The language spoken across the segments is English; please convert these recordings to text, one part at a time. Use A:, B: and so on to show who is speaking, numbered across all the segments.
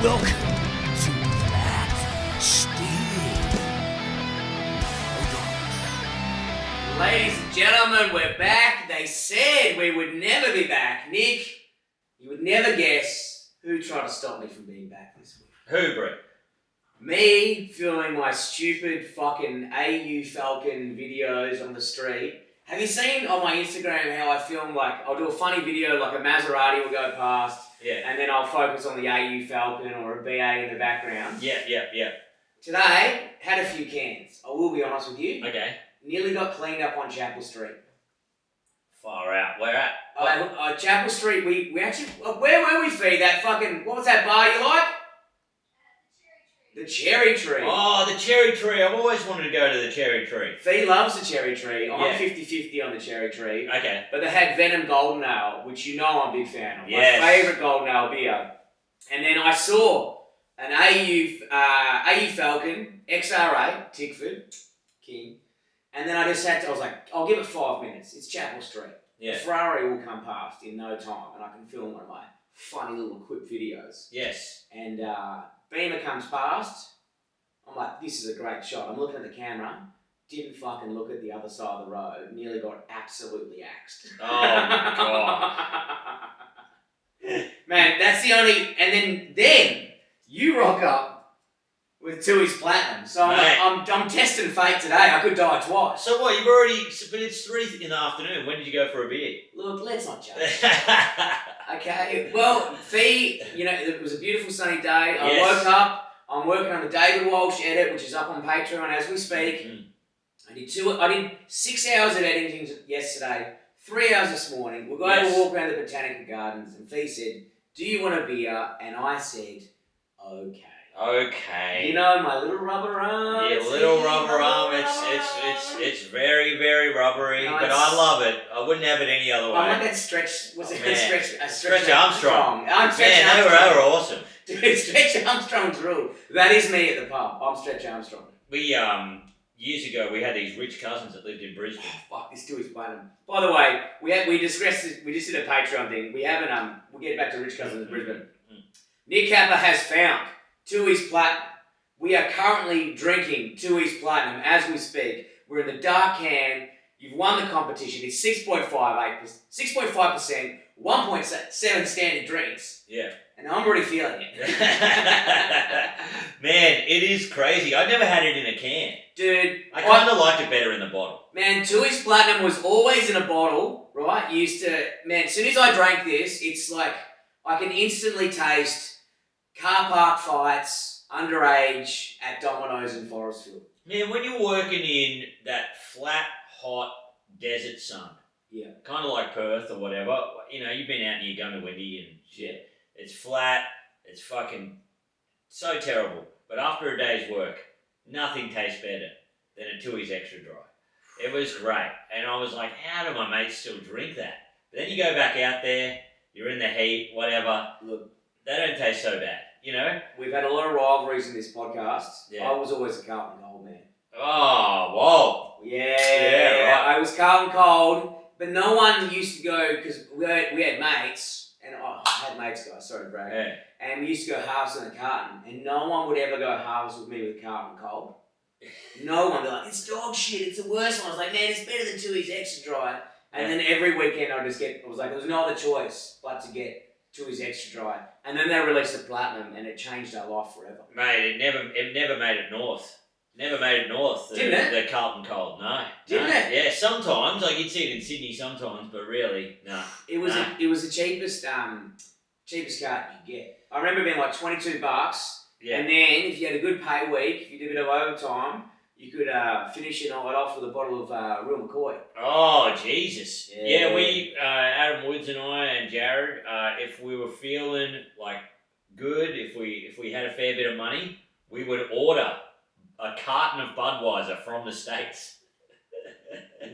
A: Welcome to Black Steel.
B: Ladies and gentlemen, we're back. They said we would never be back. Nick, you would never guess who tried to stop me from being back this week.
C: Who, Brett?
B: Me filming my stupid fucking AU Falcon videos on the street. Have you seen on my Instagram how I film like I'll do a funny video like a Maserati will go past
C: Yeah.
B: and then I'll focus on the AU Falcon or a BA in the background.
C: Yeah, yeah, yeah.
B: Today, had a few cans. I will be honest with you.
C: Okay.
B: Nearly got cleaned up on Chapel Street.
C: Far out. Where at?
B: Uh, uh, Chapel Street, we, we actually, uh, where were we, Fee? That fucking, what was that bar you like? The Cherry Tree.
C: Oh, the cherry tree. I've always wanted to go to the cherry tree.
B: Fee loves the Cherry Tree. I'm
C: Yeah.
B: 50 50 on the Cherry Tree.
C: Okay.
B: But they had Venom Golden Ale, which you know I'm a big fan of.
C: Yes.
B: My favourite Golden Ale beer. And then I saw an AU, uh, AU Falcon, XRA, Tickford, King. And then I just had to, I was like, I'll give it five minutes. It's Chapel Street.
C: Yeah.
B: Ferrari will come past in no time, and I can film one of my funny little quick videos.
C: Yes.
B: And uh, Beamer comes past. I'm like, this is a great shot. I'm looking at the camera. Didn't fucking look at the other side of the road. Nearly got absolutely axed.
C: Oh, my
B: Man, that's the only. And then then you rock up with Tui's platinum. So I'm,
C: Mate.
B: I'm I'm testing fate today. I could die twice.
C: So what? You've already. so- But it's three in the afternoon. When did you go for a beer?
B: Look, let's not judge. Okay, well, Fee, you know, it was a beautiful sunny day. I
C: Yes.
B: woke up. I'm working on the David Walsh edit, which is up on Patreon as we speak.
C: Mm.
B: I did two. I did six hours of editing yesterday, three hours this morning. We're going
C: Yes.
B: to walk around the Botanical Gardens, and Fee said, "Do you want a beer?" And I said, "Okay."
C: Okay.
B: You know, my little rubber arm.
C: Yeah,
B: it's
C: little
B: easy,
C: rubber arm. It's
B: rubber
C: it's it's
B: arm.
C: it's very very rubbery,
B: No,
C: but
B: it's-
C: I love it. I wouldn't have it any other way.
B: I want that stretch. Was
C: Oh,
B: it
C: man.
B: stretch? A
C: Stretch Armstrong.
B: I'm stretch
C: Man, they were,
B: Armstrong.
C: they were awesome.
B: Dude, Stretch Armstrong's rule. That is me at the pub. I'm Stretch Armstrong.
C: We um years ago we had these rich cousins that lived in Brisbane.
B: Oh, fuck, this dude is platinum. By the way, we had, we discussed this, we just did a Patreon thing. We haven't um we'll get back to Rich Cousins in Brisbane.
C: Mm.
B: Nick Kappa has found Tui's Platinum. We are currently drinking Tui's Platinum as we speak. We're in the dark can. You've won the competition. It's 6.58 6.5%, 1.7 standard drinks.
C: Yeah.
B: And I'm already feeling it.
C: Man, it is crazy. I've never had it in a can.
B: Dude,
C: I
B: I-
C: kind of liked it better in the bottle.
B: Man, Tui's Platinum was always in a bottle, right? Used to, man, as soon as I drank this, it's like I can instantly taste car park fights, underage at Domino's in Forestville.
C: Man, when you're working in that flat, hot desert sun,
B: Yeah.
C: kind of like Perth or whatever, you know, you've been out and you're going to Windy and shit. It's flat. It's fucking so terrible. But after a day's work, nothing tastes better than a Tui's Extra Dry. It was great, and I was like, how do my mates still drink that? But then you go back out there, you're in the heat, whatever.
B: Look.
C: they don't taste so bad, you know.
B: We've had a lot of rivalries in this podcast.
C: Yeah.
B: I was always a Carlton Cold man.
C: Oh, whoa.
B: Yeah,
C: Yeah, right.
B: I was Carlton Cold, but no one used to go because we had, we had mates, and oh, I had mates, guys. Sorry, Brad.
C: Yeah.
B: and we used to go halves in a carton, and no one would ever go halves with me with carton cold. No one. They're like, it's dog shit. It's the worst one. I was like, man, it's better than Tui's extra dry. And then every weekend I just get. I was like, there was no other choice but to get Tui's extra dry. And then they released the platinum, and it changed our life forever.
C: Mate, it never it never made it north. Never made it north. The,
B: Didn't
C: The Carlton Cold, no.
B: Didn't
C: No.
B: it?
C: Yeah, sometimes like you'd see it in Sydney sometimes, but really, no.
B: It was
C: Nah.
B: it was the cheapest um cheapest carton you could get. I remember being like twenty two bucks.
C: Yeah,
B: And then if you had a good pay week, if you did a bit of overtime, you could uh, finish your night off with a bottle of uh, Real McCoy.
C: Oh Jesus!
B: Yeah.
C: Yeah, we uh, Adam Woods and I and Jared, uh, if we were feeling like good, if we if we had a fair bit of money, we would order a carton of Budweiser from the states.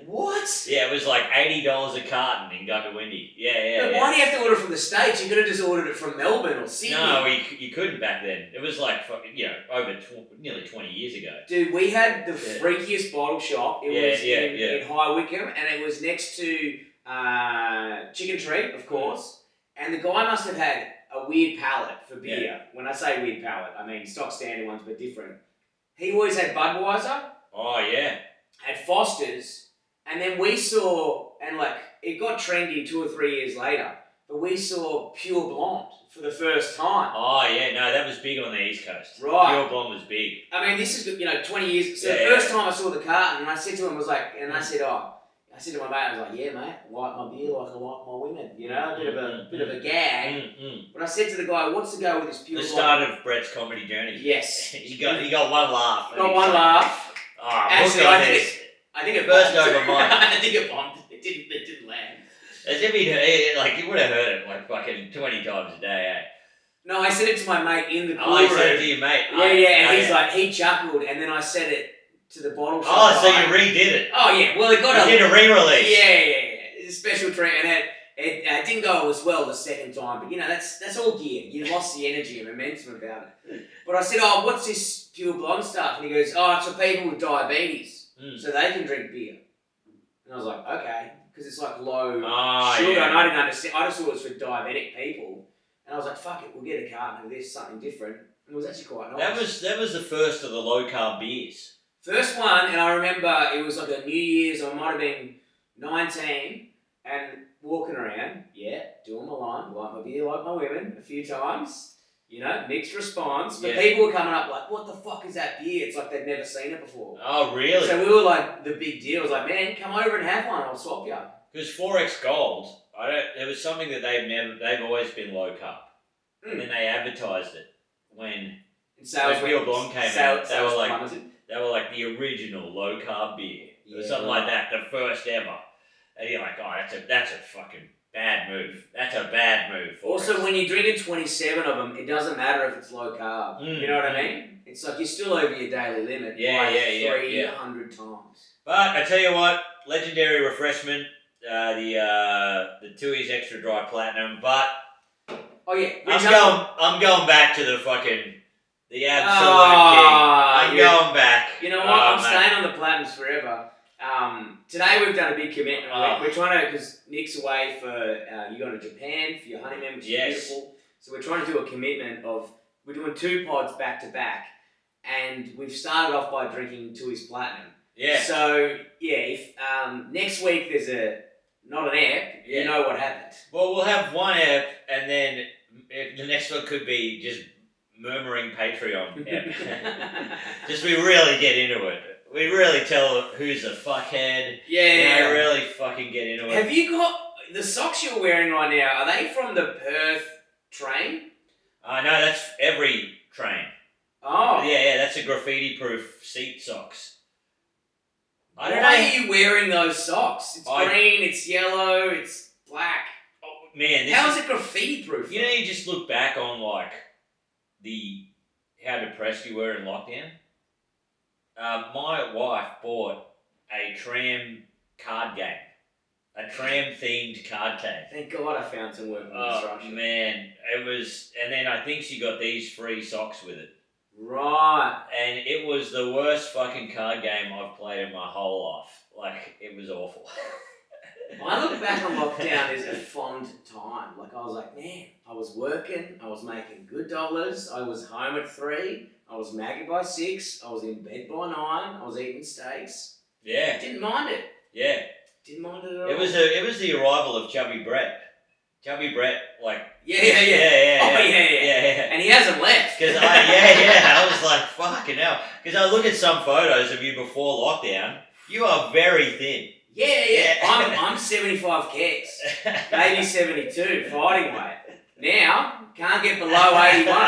B: What?
C: Yeah, it was like eighty dollars a carton in Gundawindi. Yeah, yeah.
B: But
C: yeah.
B: why do you have to order from the States? You could have just ordered it from Melbourne or Sydney.
C: No, you, c- you couldn't back then. It was like fucking, you know over tw- nearly twenty years ago.
B: Dude, we had the
C: Yeah.
B: freakiest bottle shop. It
C: Yeah,
B: was
C: yeah,
B: in,
C: yeah.
B: in High Wycombe and it was next to uh, Chicken Treat, of course. And the guy must have had a weird palate for
C: Yeah.
B: beer. When I say weird palate, I mean stock standard ones, but different. He always had Budweiser,
C: Oh yeah.
B: had Foster's, and then we saw, and like it got trendy two or three years later, but we saw Pure Blonde for the first time.
C: Oh yeah. No, that was big on the East Coast.
B: Right.
C: Pure Blonde was big.
B: I mean, this is you know twenty years. So the
C: Yeah, Mm.
B: first time I saw the carton, and I said to him, I was like, and I said, oh, I said to my mate, I was like, yeah, mate, I like my beer like I like my women, you know, a bit of a bit of a gag.
C: Mm, mm.
B: But I said to the guy, what's the go with this pure?
C: The
B: Blonde?"
C: start of Brett's comedy journey.
B: Yes.
C: he got he got one laugh.
B: Got one laugh.
C: Oh,
B: Actually,
C: look
B: I
C: at
B: think
C: this.
B: I think it
C: First
B: bombed.
C: over mine.
B: I think it bombed. It didn't. It didn't land.
C: As if he'd heard, like he would have heard it like fucking twenty times a day.
B: No, I said it to my mate in the
C: Eh?
B: cool
C: Oh, I said it
B: room.
C: to your mate.
B: yeah,
C: Oh,
B: yeah, and
C: oh,
B: he's like, he chuckled, and then I said it to the bottle shop.
C: Oh, so
B: guy.
C: you redid it.
B: Oh yeah, well it
C: You
B: got a
C: did a re-release.
B: Yeah, yeah, yeah. It's a special treat, and it, it uh, didn't go as well the second time. But you know, that's that's all gear. You lost the energy and momentum about it. But I said, "Oh, what's this pure blonde stuff?" And he goes, "Oh, it's for people with diabetes,
C: Mm.
B: so they can drink beer." And I was like, "Okay," because it's like low
C: Oh,
B: sugar,
C: yeah.
B: and I didn't understand. I just thought it was for diabetic people, and I was like, "Fuck it, we'll get a carton of this, something different." And it was actually quite nice.
C: That was that was the first of the low carb beers.
B: First one, and I remember it was like a New Year's, I might have been 19, and walking around, yeah, doing my line, like my beer, like my women, a few times. You know, mixed response. But
C: Yeah.
B: people were coming up like, what the fuck is that beer? It's like they'd never seen it before.
C: Oh really?
B: So we were like, the big deal. I was like, man, come over and have one, I'll swap you.
C: Because Forex Gold, I don't. It was something that they've never. They've always been low carb,
B: Hmm.
C: and then they advertised it when
B: And sales
C: When Pure
B: went-
C: Blonde came
B: sale-
C: out, they
B: sales
C: were like-
B: plummeted.
C: they were like the original low carb beer or
B: Yeah,
C: something
B: right.
C: like that, the first ever. And you're like, oh, that's a that's a fucking bad move. That's a bad move. Forex.
B: Also, when you're drinking 27 of them, it doesn't matter if it's low carb.
C: Mm.
B: You know what I mean? It's like you're still over your daily limit
C: Yeah,
B: by
C: yeah, yeah,
B: 300
C: yeah.
B: times.
C: But I tell you what, legendary refreshment, uh, the uh, the Tui's extra dry platinum. But
B: Oh, yeah.
C: I'm
B: Rich
C: going, I'm going back to the fucking the absolute king.
B: Ah,
C: I'm
B: you-
C: going back.
B: You know what?
C: Oh,
B: I'm
C: mate.
B: staying on the platinums forever. Um, today we've done a big commitment.
C: Oh.
B: We're, we're trying to because Nick's away for uh, you going to Japan for your honeymoon, which is
C: Yes.
B: beautiful. So we're trying to do a commitment of we're doing two pods back to back, and we've started off by drinking Tui's platinum.
C: Yeah.
B: So yeah, if um, next week there's a not an app,
C: Yeah.
B: you know what happened.
C: Well, we'll have one app, and then if the next one could be just murmuring Patreon app. just we really get into it. We really tell who's a fuckhead.
B: yeah.
C: Yeah, really fucking get into it.
B: Have you got the socks you're wearing right now? Are they from the Perth train?
C: I know that's every train.
B: Oh,
C: Yeah, yeah, that's a graffiti-proof seat socks. I don't
B: Why
C: know.
B: are you wearing those socks? It's
C: I-
B: green, it's yellow, it's black.
C: Oh, man, this
B: How
C: is,
B: is it graffiti proof?
C: You know, you just look back on like the how depressed you were in lockdown. Um, my wife bought a tram card game, a tram themed card game.
B: Thank God I found some work on
C: Oh
B: construction.
C: man, it was, and then I think she got these free socks with it,
B: Right.
C: and it was the worst fucking card game I've played in my whole life. Like it was awful.
B: I look back on lockdown as a fond time. Like I was like, man, I was working, I was making good dollars, I was home at three, I was maggot by six, I was in bed by nine, I was eating steaks.
C: Yeah,
B: Didn't mind it.
C: yeah.
B: Didn't mind it at all.
C: It was a, it was the arrival of Chubby Brett. Chubby Brett, like
B: yeah, yeah, yeah.
C: yeah,
B: Oh, yeah, yeah.
C: yeah, yeah.
B: And he hasn't left.
C: Because I yeah yeah I was like fucking hell. Because I look at some photos of you before lockdown. You are very thin.
B: Yeah, yeah.
C: Yeah.
B: I'm, I'm 75 kgs. Maybe 72, fighting weight. Now, can't get below 81.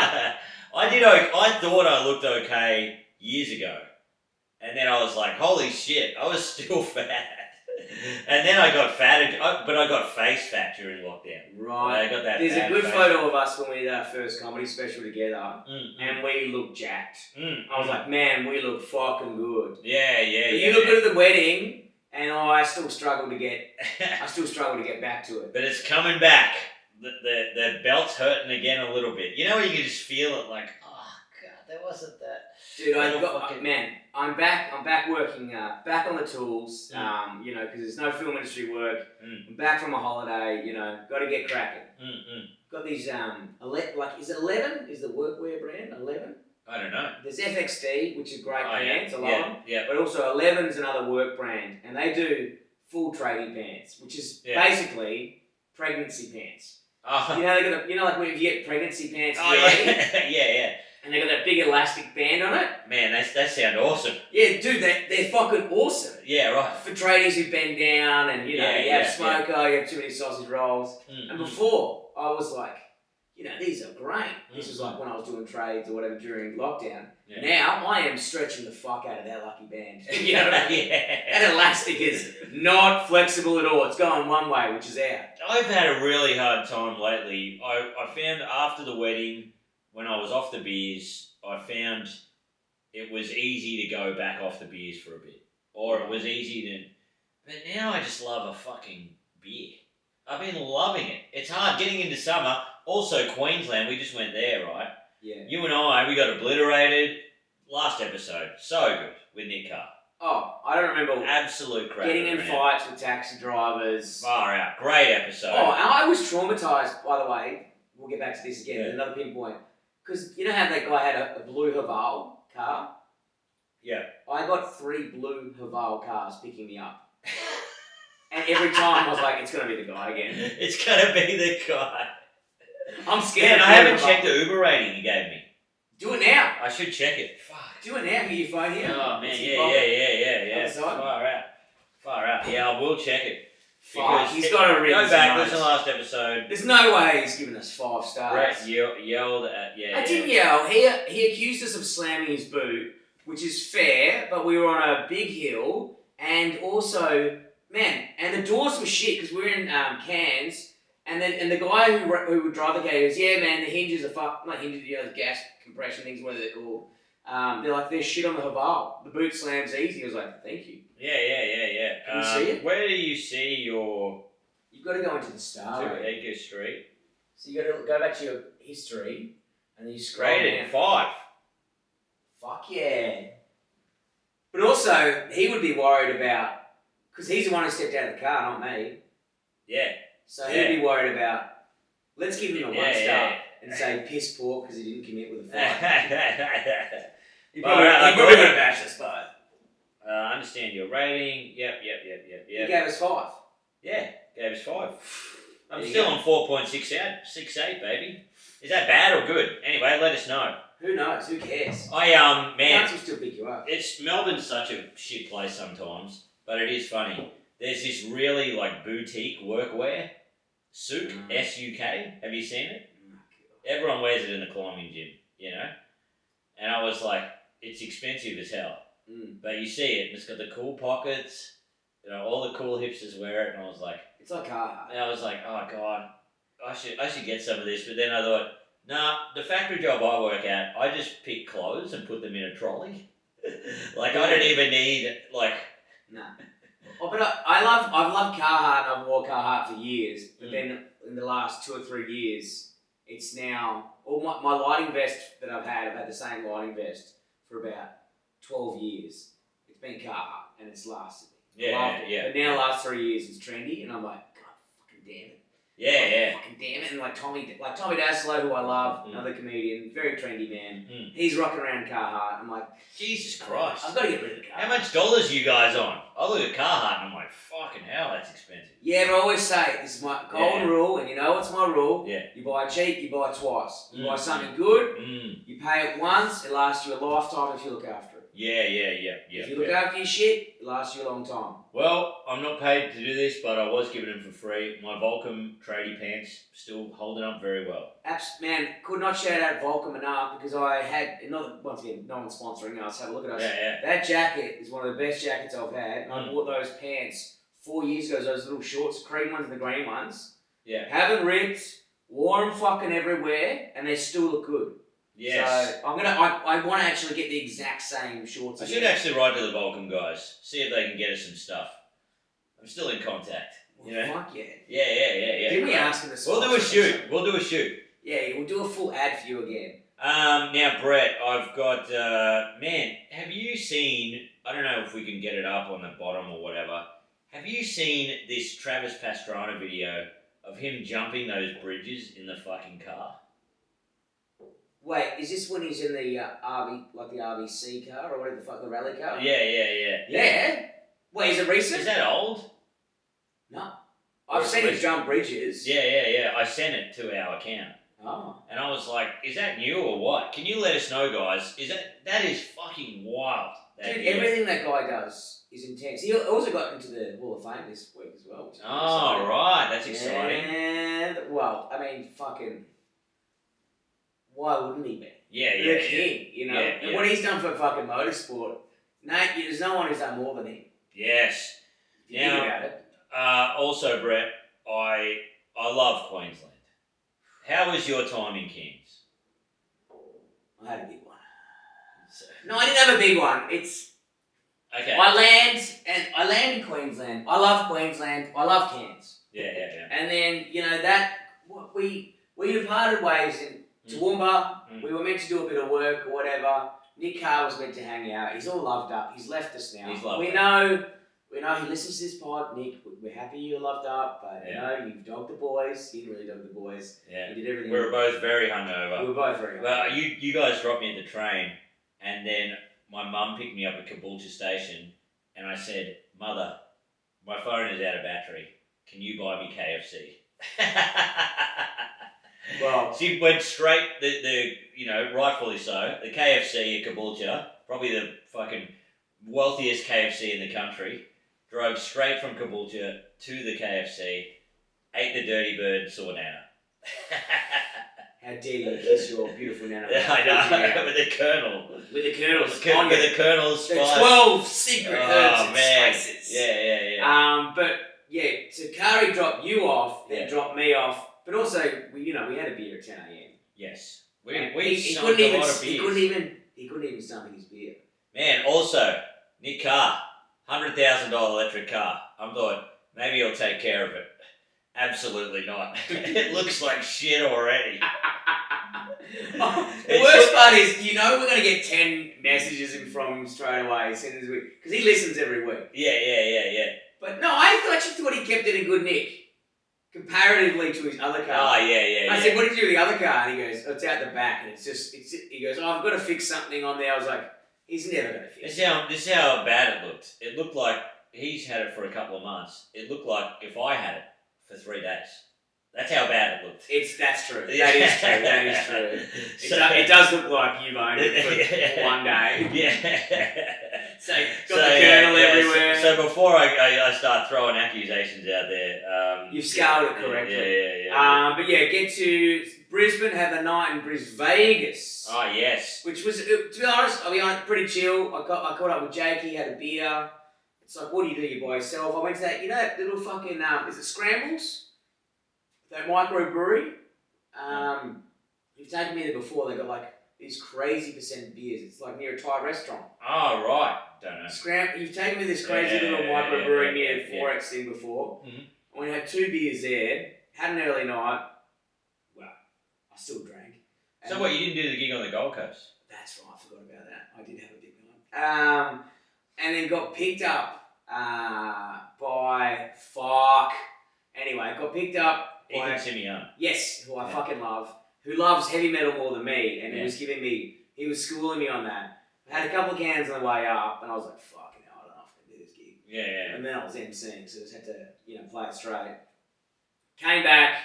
C: I did. o- I thought I looked okay years ago, and then I was like, holy shit, I was still fat. And then I got fat, ag- I- but I got face fat during lockdown.
B: Right.
C: I got that.
B: There's a
C: bad
B: good
C: face-
B: photo of us when we did our first comedy special together,
C: Mm, mm,
B: and we looked jacked.
C: mm,
B: I was
C: mm.
B: like, man, we look fucking good.
C: Yeah, yeah,
B: But
C: yeah.
B: you look
C: yeah.
B: good at the wedding, and I still struggle to get, I still struggle to get back to it.
C: but it's coming back. The, the the belt's hurting again a little bit. You know, where you can just feel it, like, oh god, that wasn't that.
B: Dude, I
C: Little
B: got
C: fucking-
B: man. I'm back. I'm back working. Uh, back on the tools.
C: Mm.
B: Um, you know, because there's no film industry work.
C: Mm.
B: I'm back from a holiday. You know, got to get cracking.
C: Mm-mm.
B: got these um, ele- like is it Eleven? Is the workwear brand Eleven?
C: I don't know.
B: There's FXD, which is great
C: Oh,
B: pants.
C: yeah.
B: I love them.
C: yeah, yeah.
B: But also Eleven's another work brand, and they do full trading pants, which is
C: Yeah.
B: basically pregnancy pants.
C: Oh,
B: You know, they got the, you know, like when you get pregnancy pants,
C: oh,
B: ready,
C: yeah, yeah,
B: and they got that big elastic band on it.
C: yeah. Man, that that sound awesome.
B: Yeah, dude, they they're fucking awesome.
C: Yeah, right.
B: For tradies who bend down and you know
C: Yeah,
B: you
C: yeah,
B: have smoker, you have too many sausage rolls. And
C: Mm.
B: before I was like, you know, these are great. This
C: Mm.
B: was like when I was doing trades or whatever during lockdown.
C: Yeah.
B: Now I am stretching the fuck out of that lucky band. You know what I
C: mm. yeah,
B: mean? That elastic is not flexible at all. It's going one way, which is out.
C: I've had a really hard time lately. I, I found after the wedding, when I was off the beers, I found it was easy to go back off the beers for a bit. Or it was easy to. But now I just love a fucking beer. I've been loving it. It's hard getting into summer. Also, Queensland, we just went there, right?
B: Yeah.
C: You and I, we got obliterated last episode. So good with Nick Carr.
B: Oh, I don't remember
C: Absolute crap.
B: getting in fights with taxi drivers.
C: Far out. Great episode.
B: Oh, and I was traumatized, by the way. We'll get back to this again.
C: Yeah.
B: Another pinpoint. Because you know how that guy had a, a blue Haval car?
C: Yeah.
B: I got three blue Haval cars picking me up. And every time I was like, it's going to be the guy again.
C: It's gonna be the guy.
B: I'm
C: Yeah,
B: scared.
C: I
B: of
C: haven't
B: Blue
C: checked
B: Haval.
C: the Uber rating you gave me.
B: Do it now.
C: I should check it. Fuck.
B: Do it now. Get your phone here.
C: Oh man,
B: It's
C: yeah,
B: your
C: yeah,
B: phone.
C: yeah, yeah, yeah.
B: Other side.
C: Far out, far out. Yeah, I will check it.
B: Fuck,
C: Because-
B: he's got a ring.
C: Go back,
B: tonight.
C: listen to last episode.
B: There's no way he's giving us five stars.
C: Brett ye- yelled at yeah.
B: I
C: yeah.
B: didn't yell. He he accused us of slamming his boot, which is fair, but we were on a big hill, and also, man, and the doors were shit because we were in um, Cairns, and then and the guy who ru- who would drive the car he goes, yeah, man, the hinges are fuck, not hinges, you know, the gas compression things, whatever they're called. Um, they're like there's shit on the Haval. The boot slams easy. I was like, thank you.
C: Yeah, yeah, yeah, yeah.
B: Can you
C: Um,
B: see it?
C: Where do you see your
B: You've got to go into the
C: to
B: star. rate.
C: Edgar Street?
B: So you got to go back to your history, and then you scroll down.
C: Rated five.
B: Fuck yeah. But also, he would be worried about, because he's the one who stepped out of the car, not me.
C: Yeah,
B: So
C: Yeah.
B: he'd be worried about, let's give him a one
C: yeah,
B: star
C: yeah.
B: and say piss poor because he didn't commit with a fight.
C: yeah.
B: he
C: Well, I- I-
B: would have bashed us both.
C: uh, I understand your rating. Yep, yep, yep, yep,
B: He
C: yep.
B: gave us five.
C: Yeah, gave us five. I'm
B: There you
C: still
B: go.
C: on four point six out, six eight, baby. Is that bad or good? Anyway, let us know.
B: Who knows? Who cares?
C: I um man,
B: Council still pick you up.
C: it's Melbourne's such a shit place sometimes, but it is funny. There's this really like boutique workwear, Suk
B: Mm.
C: S U K. Have you seen it? Everyone wears it in the climbing gym, you know. And I was like, it's expensive as hell,
B: Mm.
C: but you see it, and it's got the cool pockets. You know, all the cool hipsters wear it, and I was like.
B: It's like uh, Carhartt.
C: And I was like, oh god, I should I should get some of this. But then I thought, nah, the factory job I work at, I just pick clothes and put them in a trolley. like I don't even need like
B: Oh, but I, I love, I've loved Carhartt and I've worn Carhartt for years. But
C: Mm.
B: then in the last two or three years, it's now all my, my lighting vest that I've had. I've had the same lighting vest for about twelve years. It's been Carhartt and it's lasted.
C: yeah
B: Loved it.
C: yeah
B: But now last three years it's trendy, and I'm like, God, fucking damn it.
C: yeah yeah.
B: Fucking damn it. And like Tommy, like Tommy Daslow, who I love,
C: Mm.
B: another comedian, very trendy man.
C: Mm.
B: He's rocking around Carhartt. I'm like,
C: Jesus Christ,
B: I've got to get rid of Carhartt.
C: how much dollars you guys on? I look at Carhartt and I'm like, fucking hell, that's expensive.
B: Yeah, but I always say it, this is my golden
C: Yeah.
B: rule, and you know what's my rule?
C: Yeah.
B: You buy cheap, you buy twice. You
C: Mm.
B: buy something good,
C: Mm.
B: you pay it once, it lasts you a lifetime if you look after it.
C: Yeah yeah yeah yeah.
B: if you
C: yeah.
B: look after your shit, it lasts you a long time.
C: Well, I'm not paid to do this, but I was given them for free. My Volcom tradie pants still holding up very well.
B: Abs- man, could not shout out Volcom enough because I had not once again, no one's sponsoring us. Have a look at
C: Yeah,
B: us.
C: yeah.
B: That jacket is one of the best jackets I've had. and I
C: Mm.
B: bought those pants four years ago. Those little shorts, cream ones and the green ones.
C: Yeah.
B: Haven't ripped, wore them fucking everywhere, and they still look good.
C: Yes.
B: So I'm gonna. I, I want to actually get the exact same shorts.
C: I
B: again.
C: should actually write to the Vulcan guys, see if they can get us some stuff. I'm still in contact.
B: Well,
C: You know?
B: Fuck yeah.
C: Yeah, yeah, yeah, yeah.
B: Did we ask him to
C: We'll do a
B: sponsor us?
C: shoot. We'll do a shoot.
B: Yeah, we'll do a full ad for you again.
C: Um, now, Brett, I've got. Uh, man, have you seen? I don't know if we can get it up on the bottom or whatever. Have you seen this Travis Pastrana video of him jumping those bridges in the fucking car.
B: Wait, is this when he's in the uh, RV, like the RVC car or whatever the fuck, the rally car?
C: Yeah, yeah, yeah.
B: Yeah. Wait, is it recent?
C: Is that old?
B: I've
C: Yeah,
B: seen him
C: recent.
B: jump bridges.
C: Yeah, yeah, yeah. I sent it to our account.
B: Oh.
C: And I was like, is that new or what? Can you let us know, guys? Is that that is fucking wild. That
B: Dude,
C: video.
B: everything that guy does is intense. He also got into the Hall of Fame this week as well. which is
C: Oh
B: exciting.
C: right, that's exciting.
B: And, well, I mean, fucking. Why wouldn't he be?
C: Yeah,
B: The
C: yeah, yeah.
B: king, you know?
C: Yeah,
B: And
C: yeah.
B: what he's done for fucking motorsport, Nate, there's no one who's done more than him.
C: Yes.
B: If you think
C: Now-
B: about it.
C: Uh, also, Brett, I I love Queensland. How was your time in Cairns?
B: I had a big one. No, I didn't have a big one. It's
C: Okay.
B: I land and I land in Queensland. I love Queensland. I love Cairns.
C: Yeah, yeah, yeah.
B: And then you know that what we we parted ways in
C: Mm.
B: Toowoomba.
C: Mm.
B: We were meant to do a bit of work or whatever. Nick Carr was meant to hang out. He's all loved up. He's left us now.
C: He's loved
B: we
C: up.
B: know. We know he listens to this pod, Nick. we- We're happy you're loved up, but
C: Yeah.
B: you know you've dogged the boys. He really dogged the boys.
C: Yeah.
B: He did everything.
C: We were both very
B: we
C: hungover.
B: were both very
C: Well, you you guys dropped me at the train, and then my mum picked me up at Caboolture station, and I said, "Mother, my phone is out of battery. Can you buy me KFC?"
B: well.
C: She went straight the, the you know rightfully so the KFC at Caboolture, probably the fucking wealthiest KFC in the country. Drove straight from Caboolture to the KFC, ate the dirty bird, saw Nana.
B: How dare you kiss your beautiful nana?
C: I know with the Colonel,
B: With the
C: with
B: kernels
C: the,
B: on
C: with
B: it.
C: the Colonel's
B: The
C: spice.
B: 12 secret herbs
C: oh
B: and
C: man,
B: spices.
C: yeah, yeah, yeah.
B: Um, but yeah, so Kari dropped you off, then
C: Yeah.
B: dropped me off. But also, we, you know, we had a beer at 10 a.m.
C: yes, we
B: And
C: we
B: he, he
C: sunk
B: couldn't
C: a
B: even,
C: lot of
B: he
C: beers.
B: couldn't even, he couldn't even stomach his beer.
C: Man, also, Nick Carr, hundred thousand dollar electric car. I'm thought maybe he'll take care of it. Absolutely not. it looks like shit already.
B: the worst part is, you know, we're gonna get 10 messages in from him straight away as soon as we, because he listens every week.
C: Yeah, yeah, yeah, yeah.
B: But no, I thought you thought he kept it in good nick, comparatively to his other car.
C: Oh yeah, yeah,
B: I
C: yeah.
B: said, "What did you do with the other car?" And he goes, "Oh, "It's out the back, and it's just." It's, he goes, oh, "I've got to fix something on there." I was like, "He's never going to
C: This
B: fix."
C: is how this is how bad it looked. It looked like he's had it for a couple of months. It looked like if I had it for three days. That's how bad it looked.
B: it." It's that's true. That is true. That is true. It,
C: So-
B: do- it does look like you've owned it for one day.
C: Yeah.
B: So got
C: So,
B: the
C: yeah,
B: kernel
C: yeah,
B: everywhere.
C: So, so before I, I, I start throwing accusations out there, um,
B: You've scoured it
C: yeah,
B: correctly.
C: Yeah, yeah, yeah.
B: um, but yeah, get to Brisbane. Have a night in Bris Vegas.
C: oh yes.
B: which was, uh, to be honest, I'll be honest, pretty chill. I got, I caught up with Jakey, had a beer. It's like, what do you do? You're by yourself. I went to that, you know, that little fucking, um, is it Scrambles? That microbrewery. Um, you've taken me there before. They got like these crazy percent beers. It's like near a Thai restaurant.
C: Oh right. Don't know.
B: Scram. You've taken me to this crazy
C: Yeah,
B: little
C: yeah, yeah,
B: microbrewery
C: yeah,
B: near
C: yeah, yeah.
B: Forex thing before.
C: Mhm.
B: And we had two beers there. Had an early night. Well, I still drank.
C: So
B: And-
C: what? You didn't do the gig on the Gold Coast?
B: that's right, I forgot about that. I did have a big night. Um, and then got picked up uh, by fuck. Anyway, got picked up by
C: Ethan Simeon.
B: yes, who I
C: Yeah.
B: fucking love, who loves heavy metal more than me, and he
C: Yeah.
B: was giving me, he was schooling me on that. I had a couple of cans on the way up, and I was like, fucking hell, I don't know if I can do this gig.
C: Yeah, yeah.
B: And then I was emceeing, so I just had to, you know, play it straight. Came back,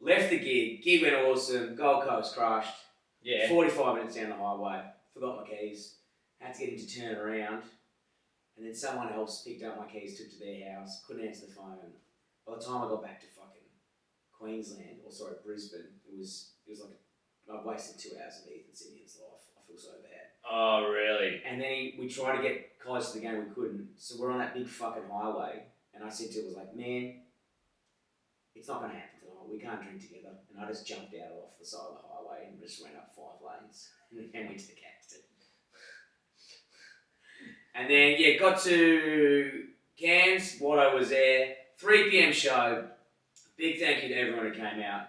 B: left the gig, gig went awesome, Gold Coast crushed.
C: Yeah.
B: 45 minutes down the highway, forgot my keys, had to get him to turn around, and then someone else picked up my keys, took to their house, couldn't answer the phone. By the time I got back to fucking Queensland, or sorry, Brisbane, it was it was like I wasted two hours of Ethan Simeon's life. I feel so bad.
C: Oh really?
B: And then he, we tried to get close to the game, we couldn't. So we're on that big fucking highway, and I said to him, I was like, man, it's not going to happen tonight. We can't drink together. And I just jumped out off the side of the highway and just ran up five lanes and went to the captain. and then, yeah, got to Cairns. Watto was there. 3 p.m. show. Big thank you to everyone who came out.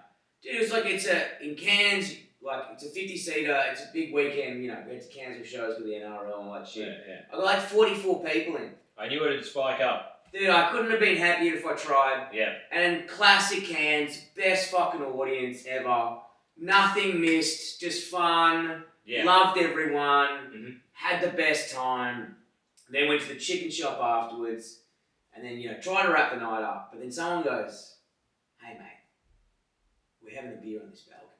B: Dude, it's like it's a, in Cairns, like it's a 50 seater, it's a big weekend, you know, we had to cancel shows with the NRL and all that shit.
C: yeah.
B: I got like 44 people in.
C: I knew it'd spike up.
B: Dude, I couldn't have been happier if I tried.
C: Yeah.
B: And classic hands, best fucking audience ever. Nothing missed, just fun.
C: Yeah.
B: Loved everyone.
C: Mhm.
B: Had the best time. Then went to the chicken shop afterwards, and then you know tried to wrap the night up. But then someone goes, "Hey mate, we're having a beer on this balcony,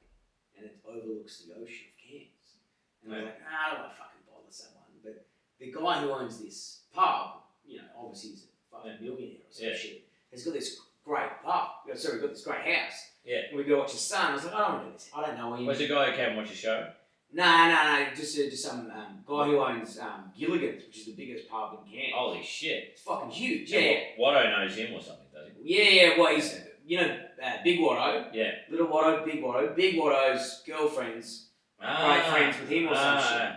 B: and it overlooks the ocean of Cairns." And I was like, "Nah, I don't want to fucking bother someone." But the guy who owns this pub, you know, obviously he's a fucking millionaire or some
C: Yeah.
B: shit. He's got this great pub. oh, Sorry, got this great house.
C: Yeah.
B: And we go watch his son. I was like, "I don't want to do this. I don't know him."
C: Was the guy who came and watched the show?
B: No, no, no. Just, uh, just some um, guy who owns um, Gilligan's, which is the biggest pub in Cairns.
C: Holy shit.
B: it's fucking huge. Yeah,
C: What- Watto knows him or something, does he?
B: yeah, yeah. Well, he's you know uh, Big Watto,
C: Yeah.
B: little Watto, Big Watto, Big Watto's girlfriends, great
C: Ah.
B: friends with him or some shit.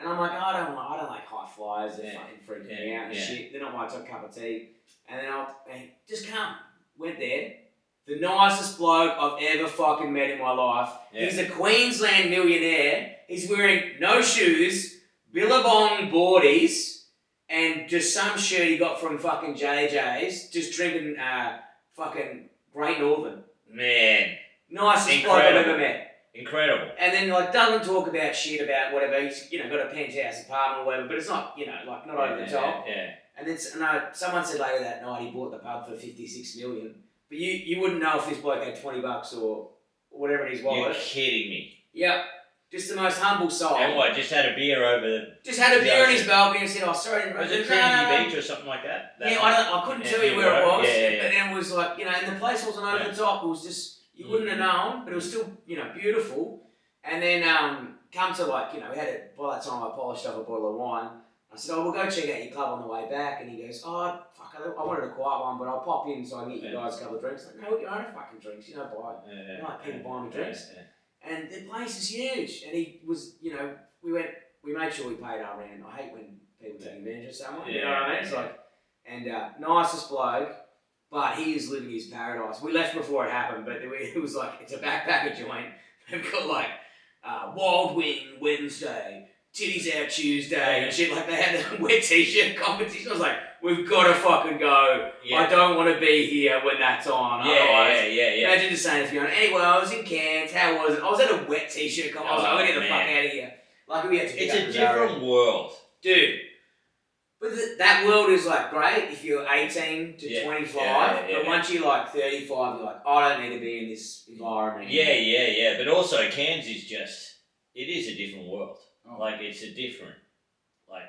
B: And I'm like, oh, I don't, want, I don't like high flyers. They're
C: Yeah,
B: fucking freaking
C: yeah,
B: me out and
C: yeah.
B: shit. They're not my top cup of tea. And then I'll and just come. Went there. The nicest bloke I've ever fucking met in my life.
C: Yeah.
B: He's a Queensland millionaire. He's wearing no shoes, Billabong boardies, and just some shirt he got from fucking JJ's, just drinking uh, fucking Great Northern.
C: Man,
B: Nicest bloke I've ever
C: Incredible.
B: met.
C: incredible.
B: And then, like, doesn't talk about shit about whatever. He's, you know, got a penthouse apartment or whatever, but it's not, you know, like, not over the top.
C: Yeah.
B: And then s- no, someone said later that night he bought the pub for 56 million. But you, you wouldn't know if this bloke had 20 bucks or whatever in his wallet.
C: You're kidding me.
B: Yep. Just the most humble soul.
C: And what, just had a beer over the...
B: Just had a
C: The
B: beer in
C: ocean.
B: his balcony and said, "Oh, sorry, I didn't
C: Was
B: recognise
C: it
B: you." No, no, no.
C: Trinity Beach or something like that? That
B: Yeah,
C: one?
B: I don't. I couldn't
C: Yeah,
B: tell you
C: yeah,
B: where it
C: right.
B: was,
C: Yeah, yeah,
B: but then it was like you know, and the place wasn't over
C: Yeah.
B: the top. It was just you wouldn't have
C: Mhm.
B: known, but it was still you know beautiful. And then um, come to like you know, we had it by that time I polished off a bottle of wine. I said, "Oh, we'll go check out your club on the way back," and he goes, "Oh, fuck, I, I wanted a quiet one, but I'll pop in so I can get you
C: Yeah.
B: guys a couple of drinks." Like, no, we can own fucking drinks, you know, buy. it."
C: Yeah, yeah,
B: I like people
C: yeah,
B: buying me
C: yeah,
B: drinks.
C: yeah.
B: And the place is huge. And he was, you know, we went, we made sure we paid our rent. I hate when people take advantage of someone. You know what I mean? It's
C: Yeah.
B: like, and uh, nicest bloke, but he is living his paradise. We left before it happened, but we, it was like, it's a backpacker joint. They've got like uh, Wild Wing Wednesday, Titties Out Tuesday, and shit. Like they had a wet t shirt competition. I was like, we've got to fucking go. I
C: Yeah,
B: don't want to be here when that's on. Otherwise,
C: yeah, yeah, yeah, yeah.
B: Imagine just saying to Fiona, anyway, I was in Cairns, how was it? I was at a wet t-shirt con- I was like, I'm gonna get the
C: Oh,
B: fuck
C: man.
B: out of here. Like, we had to pick
C: It's
B: up
C: a
B: Zara.
C: different world.
B: Dude. But th- that world is, like, great if you're 18 to
C: Yeah,
B: 25,
C: yeah, yeah,
B: but
C: yeah.
B: once you're, like, 35, you're like, I don't need to be in this environment.
C: Yeah,
B: anymore."
C: yeah, yeah. But also, Cairns is just, it is a different world.
B: Oh.
C: Like, it's a different, like,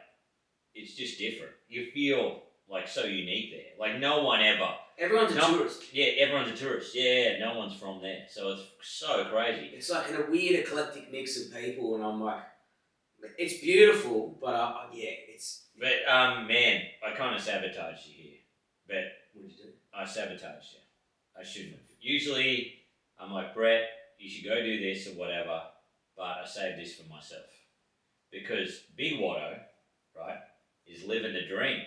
C: it's just different. You feel, like, so unique there. Like, no one ever,
B: Everyone's a
C: No.
B: tourist.
C: yeah, everyone's a tourist. Yeah, yeah, no one's from there. So it's so crazy.
B: It's, like, in a weird eclectic mix of people, and I'm like, it's beautiful, but, uh, yeah, it's...
C: But, um, man, I kind of sabotaged you here. But
B: What did you do?
C: I sabotaged you. I shouldn't have. Usually, I'm like, Brett, you should go do this or whatever, but I saved this for myself. Because Big Watto, right, is living the dream.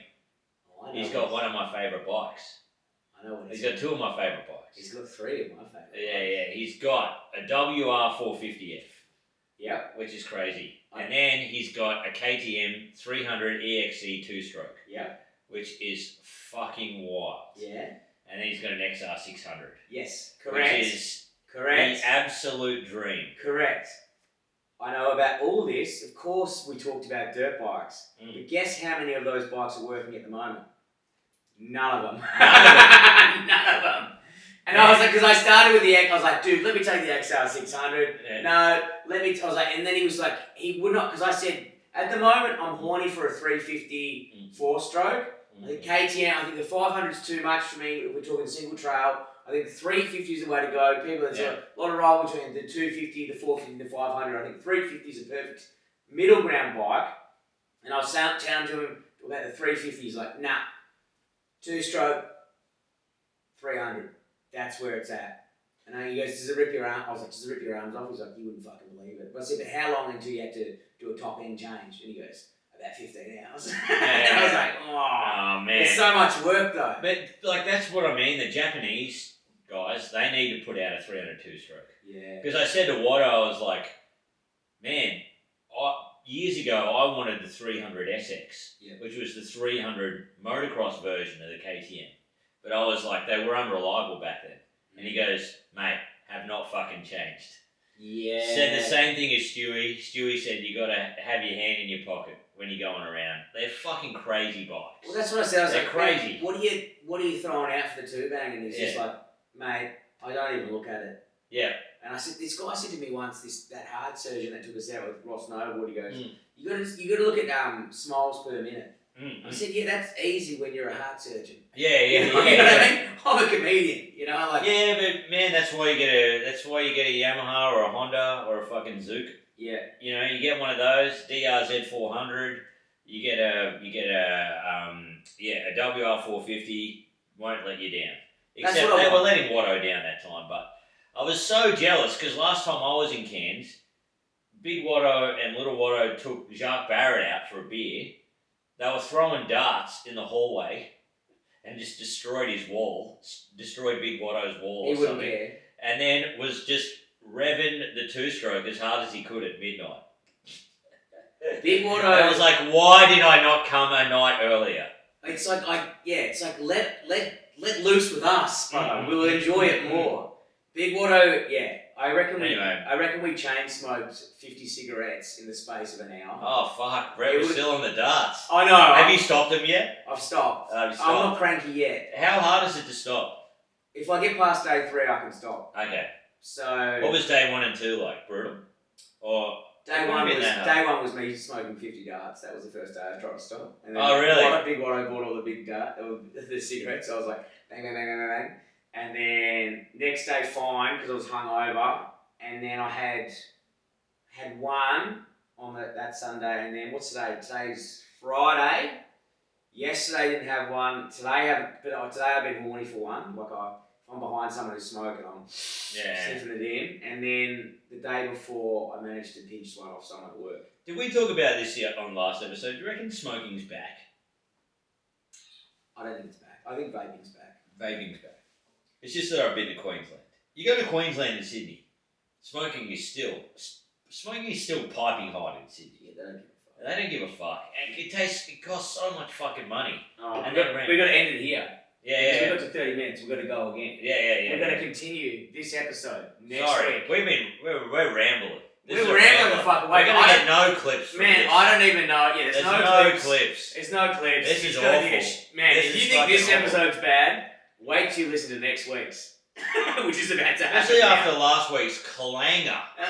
B: Oh, I know
C: He's got
B: what
C: one of my favourite bikes.
B: it is. I know what it
C: He's
B: is.
C: got two of my favourite
B: He's
C: bikes.
B: got three of my favourite.
C: Yeah, yeah. He's got a WR450F,
B: Yep.
C: which is crazy. And then he's got a KTM 300 EXE E two stroke,
B: Yep.
C: which is fucking wild.
B: Yeah.
C: And then he's got an XR600,
B: Yes. Correct.
C: which is
B: Correct.
C: the absolute dream.
B: Correct. I know about all this. Of course, we talked about dirt bikes.
C: Mm.
B: But guess how many of those bikes are working at the moment? None of them.
C: None of
B: None of them. And I was like, because I started with the X, I was like, dude, let me take the XR600.
C: Yeah.
B: No, let me. I was like, and then he was like, he would not, because I said, at the moment, I'm horny for a 350
C: Mm.
B: four stroke. The
C: Mm.
B: KTM, I think the 500 is too much for me. If we're talking single trail, I think 350 is the way to go. People, there's
C: Yeah.
B: a lot of roll between the 250, the 450, the 500. I think 350 is a perfect middle ground bike. And I was sound down to him about the 350. He's like, nah, two stroke, 300. That's where it's at. And I- he goes, does it rip your arm? I was like, does it rip your arms off? He's like, you wouldn't fucking believe it. But I said, but how long until you had to do a top end change? And he goes, about 15 hours. and I was like, oh.
C: Oh
B: It's
C: man.
B: so much work though.
C: But like that's what I mean. The Japanese guys, they need to put out a 302 stroke.
B: Yeah.
C: Because I said to Wada, I was like, man, I, years ago, I wanted the 300 SX,
B: Yeah.
C: which was the 300 motocross version of the KTM. But I was like, they were unreliable back then. And he goes, mate, have not fucking changed.
B: Yeah.
C: Said the same thing as Stewie. Stewie said you gotta have your hand in your pocket when you're going around. They're fucking crazy bikes.
B: Well, that's what I said. I was
C: They're
B: like,
C: crazy.
B: "Man, What are you? What are you throwing out for the two bang? And he's just
C: Yeah.
B: like, mate, I don't even look at it.
C: yeah,
B: And I said, this guy said to me once, this that heart surgeon that took us out with Ross Noble. He goes,
C: Mm.
B: you got to you got to look at um smiles per minute.
C: mm,
B: I
C: mm.
B: said, yeah, that's easy when you're a heart surgeon.
C: yeah, yeah,
B: you
C: yeah.
B: know
C: yeah.
B: what I mean? I'm a comedian. You know, like yeah,
C: Yeah, but man, that's why you get a that's why you get a Yamaha or a Honda or a fucking Zook. You know, you get one of those DRZ four hundred. You get a you get a um, yeah a WR four fifty won't let you down.
B: That's
C: Except
B: what I
C: they were
B: want.
C: letting Watto down that time, but I was so jealous because last time I was in Cairns, Big Watto and Little Watto took Jacques Barrett out for a beer. They were throwing darts in the hallway and just destroyed his wall, s- destroyed Big Watto's wall
B: he
C: or
B: wouldn't
C: something.
B: care.
C: And then was just revving the two stroke as hard as he could at midnight.
B: Big Watto.
C: I was like, why did I not come a night earlier?
B: It's like I yeah, it's like let let let loose with us, brother.
C: Mhm.
B: We'll enjoy it more. Big Watto, yeah. I reckon we
C: Anyway.
B: I reckon we chain smoked fifty cigarettes in the space of an hour.
C: Oh fuck, Brett
B: It
C: was
B: was- Oh.
C: still on the darts.
B: I know.
C: Have
B: I've,
C: you stopped him yet?
B: I've stopped.
C: Have you
B: I'm
C: stopped?
B: not cranky yet.
C: How hard is it to stop?
B: If I get past day three, I can stop.
C: Okay.
B: So
C: What was day one and two like? Brutal? Or
B: day
C: it wouldn't
B: one
C: be
B: was
C: that
B: day one was me smoking fifty darts. That was the first day I tried to stop. And
C: Oh, really?
B: Watto, big Watto bought all the big dart, the, the cigarettes. I was like bang bang bang bang bang. And then next day fine because I was hungover. And then I had had one on that that Sunday. And then what's today? Today's Friday. Yesterday didn't have one. Today I've but uh, today I've been horny for one. Like I, if I'm behind someone who's smoking, I'm
C: Yeah.
B: sniffing it in. And then the day before, I managed to pinch one off someone at work.
C: did we talk about this yet on last episode? Do you reckon smoking's back?
B: I don't think it's back. I think vaping's back.
C: Vaping's back. It's just that I've been to Queensland. You go to Queensland and Sydney, smoking is still s- smoking is still piping hot in Sydney.
B: Yeah, they don't give
C: They don't give a fuck. And It tastes. It costs so much fucking money.
B: a fuck.
C: And
B: and
C: then-
B: we're gonna end it here.
C: Yeah,
B: Because
C: yeah,
B: We got to thirty minutes. We've got to go again.
C: yeah, yeah, yeah.
B: We're gonna continue this episode next
C: Sorry,
B: week.
C: we've been we're, we're rambling. This
B: We're
C: is a
B: rambling
C: rambler.
B: the fuck away.
C: We're gonna
B: I
C: get no clips. From
B: Man,
C: this.
B: I don't even know. Yeah, there's,
C: There's
B: no, clips.
C: clips.
B: There's no clips.
C: This is
B: It's gonna be a
C: awful.
B: sh- man,
C: This
B: if
C: is
B: you think this
C: fucking awful.
B: episode's bad, wait till you listen to next week's, which is about to happen.
C: Especially
B: now.
C: after last week's clanger.
B: Uh,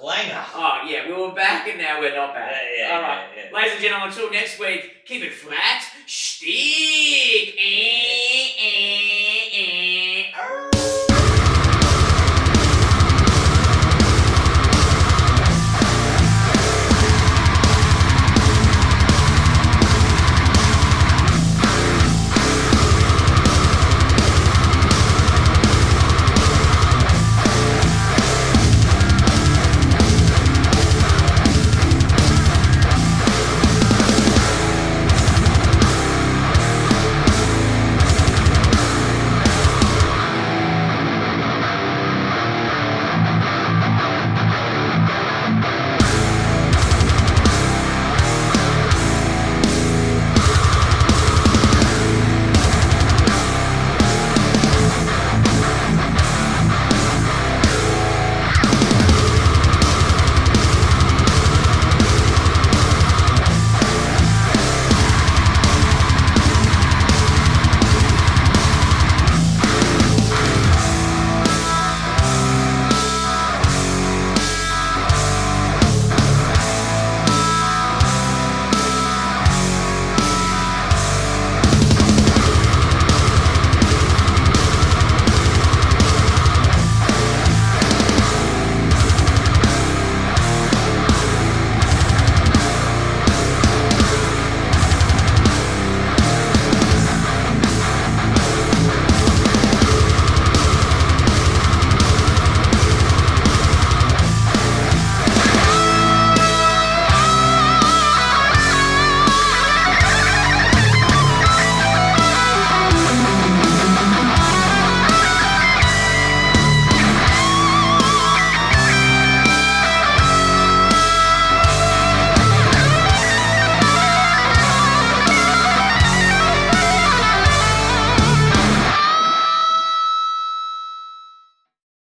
C: Clanger.
B: Oh yeah, we were back and now we're not
C: Yeah,
B: back.
C: yeah,
B: All right,
C: yeah, yeah.
B: ladies and gentlemen, until next week, keep it flat, stick, and. eh,